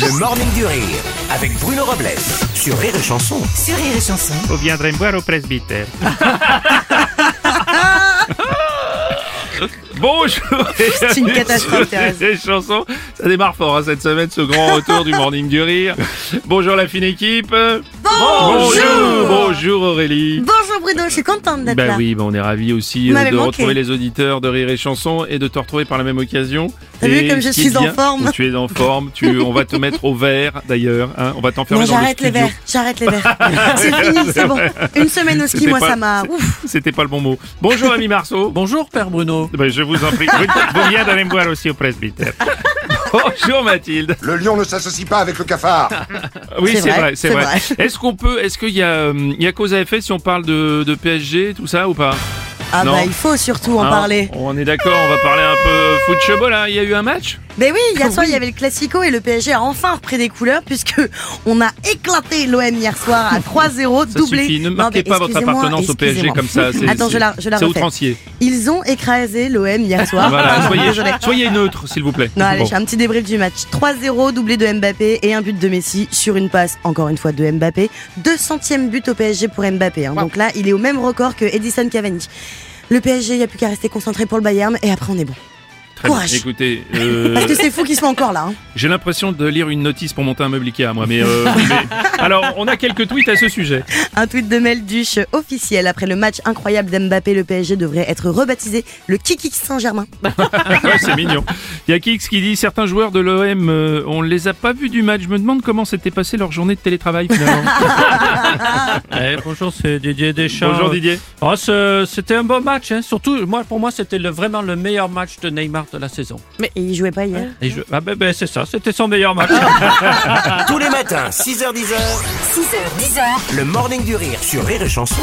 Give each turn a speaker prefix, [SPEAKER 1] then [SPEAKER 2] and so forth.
[SPEAKER 1] Le Morning du Rire avec Bruno Robles sur Rire et Chanson.
[SPEAKER 2] Sur Rire et Chanson.
[SPEAKER 3] Vous viendrez me voir au presbytère. Bonjour
[SPEAKER 2] C'est une catastrophe, Thérèse.
[SPEAKER 3] Cette chanson, ça démarre fort hein, cette semaine, ce grand retour du Morning du Rire. Bonjour la fine équipe Bonjour Bonjour Aurélie
[SPEAKER 2] Bonjour Bruno, je suis contente d'être
[SPEAKER 3] Bah
[SPEAKER 2] là.
[SPEAKER 3] oui, bah on est ravis aussi
[SPEAKER 2] Vous
[SPEAKER 3] euh,
[SPEAKER 2] m'avez
[SPEAKER 3] de
[SPEAKER 2] manqué.
[SPEAKER 3] retrouver les auditeurs de Rire et Chanson et de te retrouver par la même occasion.
[SPEAKER 2] T'as vu
[SPEAKER 3] Et
[SPEAKER 2] comme je
[SPEAKER 3] ce qui est
[SPEAKER 2] suis en
[SPEAKER 3] bien,
[SPEAKER 2] forme
[SPEAKER 3] Tu es en forme, tu, on va te mettre au vert d'ailleurs, hein, on va t'enfermer
[SPEAKER 2] Non,
[SPEAKER 3] dans le
[SPEAKER 2] j'arrête les
[SPEAKER 3] studio.
[SPEAKER 2] verres, j'arrête les verres. c'est fini, c'est bon. Une semaine au ski,
[SPEAKER 3] C'était
[SPEAKER 2] moi,
[SPEAKER 3] pas-
[SPEAKER 2] ça m'a. Ouf
[SPEAKER 3] C'était pas le bon mot. Bonjour ami Marceau
[SPEAKER 4] Bonjour Père Bruno.
[SPEAKER 3] Ben, je vous en prie. Vous, vous viendrez d'aller me voir aussi au presbytère. Bonjour Mathilde.
[SPEAKER 5] Le lion ne s'associe pas avec le cafard.
[SPEAKER 3] Oui,
[SPEAKER 2] C'est
[SPEAKER 3] c'est
[SPEAKER 2] vrai,
[SPEAKER 3] vrai, c'est
[SPEAKER 2] c'est
[SPEAKER 3] vrai.
[SPEAKER 2] vrai.
[SPEAKER 3] Est-ce qu'on peut, est-ce qu'il y a, euh, il y a cause à effet si on parle de, de PSG, tout ça ou pas
[SPEAKER 2] Ah
[SPEAKER 3] Non.
[SPEAKER 2] bah, il faut surtout en
[SPEAKER 3] Hein,
[SPEAKER 2] parler.
[SPEAKER 3] On est d'accord, on va parler un peu football. Hein. Il y a eu un match.
[SPEAKER 2] Mais oui, hier soir, il y avait le Classico et le PSG a enfin repris des couleurs puisque on a éclaté l'OM hier soir à 3-0,
[SPEAKER 3] Ça
[SPEAKER 2] doublé.
[SPEAKER 3] suffit. Ne
[SPEAKER 2] Non,
[SPEAKER 3] marquez
[SPEAKER 2] mais
[SPEAKER 3] pas votre
[SPEAKER 2] excusez-moi,
[SPEAKER 3] appartenance au PSG
[SPEAKER 2] excusez-moi.
[SPEAKER 3] comme ça. c'est-
[SPEAKER 2] Attends, je la, je la
[SPEAKER 3] C'est
[SPEAKER 2] refais.
[SPEAKER 3] outrancier.
[SPEAKER 2] Ils ont écrasé l'OM hier soir.
[SPEAKER 3] Voilà,
[SPEAKER 2] Pardon,
[SPEAKER 3] soyez,
[SPEAKER 2] désolée.
[SPEAKER 3] soyez neutre, s'il vous plaît.
[SPEAKER 2] Non, allez,
[SPEAKER 3] Bon.
[SPEAKER 2] j'ai un petit débrief du match. 3-0, doublé de Mbappé et un but de Messi sur une passe, encore une fois, de Mbappé. 200e but au PSG pour Mbappé. hein. Donc là, il est au même record que Edison Cavani. Le PSG, il n'y a plus qu'à rester concentré pour le Bayern et après, on est bon.
[SPEAKER 3] Très bien.
[SPEAKER 2] courage.
[SPEAKER 3] Écoutez, euh,
[SPEAKER 2] Parce que c'est fou qu'ils soient encore là. hein.
[SPEAKER 3] J'ai l'impression de lire une notice pour monter un meuble Ikea, moi. Mais, euh, mais- alors, on a quelques tweets à ce sujet.
[SPEAKER 2] Un tweet de Mel Duche officiel. Après le match incroyable d'Mbappé, le PSG devrait être rebaptisé le Kiki Saint-Germain.
[SPEAKER 3] Ouais, c'est mignon. Il y a Kix qui dit certains joueurs de l'OM, euh, on les a pas vus du match. Je me demande comment s'était passée leur journée de télétravail finalement.
[SPEAKER 4] Eh, bonjour, c'est Didier Deschamps.
[SPEAKER 3] Bonjour Didier.
[SPEAKER 4] Oh, ce- c'était un bon match, hein. surtout moi, pour moi, c'était le- vraiment le meilleur match de Neymar de la saison.
[SPEAKER 2] Et il jouait pas hier.
[SPEAKER 4] Et je- ah ben, ben, c'est ça, c'était son meilleur
[SPEAKER 3] Ah,
[SPEAKER 4] match.
[SPEAKER 1] Tous les matins, 6h10,
[SPEAKER 6] 6h, 10h,
[SPEAKER 1] le Morning du Rire sur Rire et Chanson.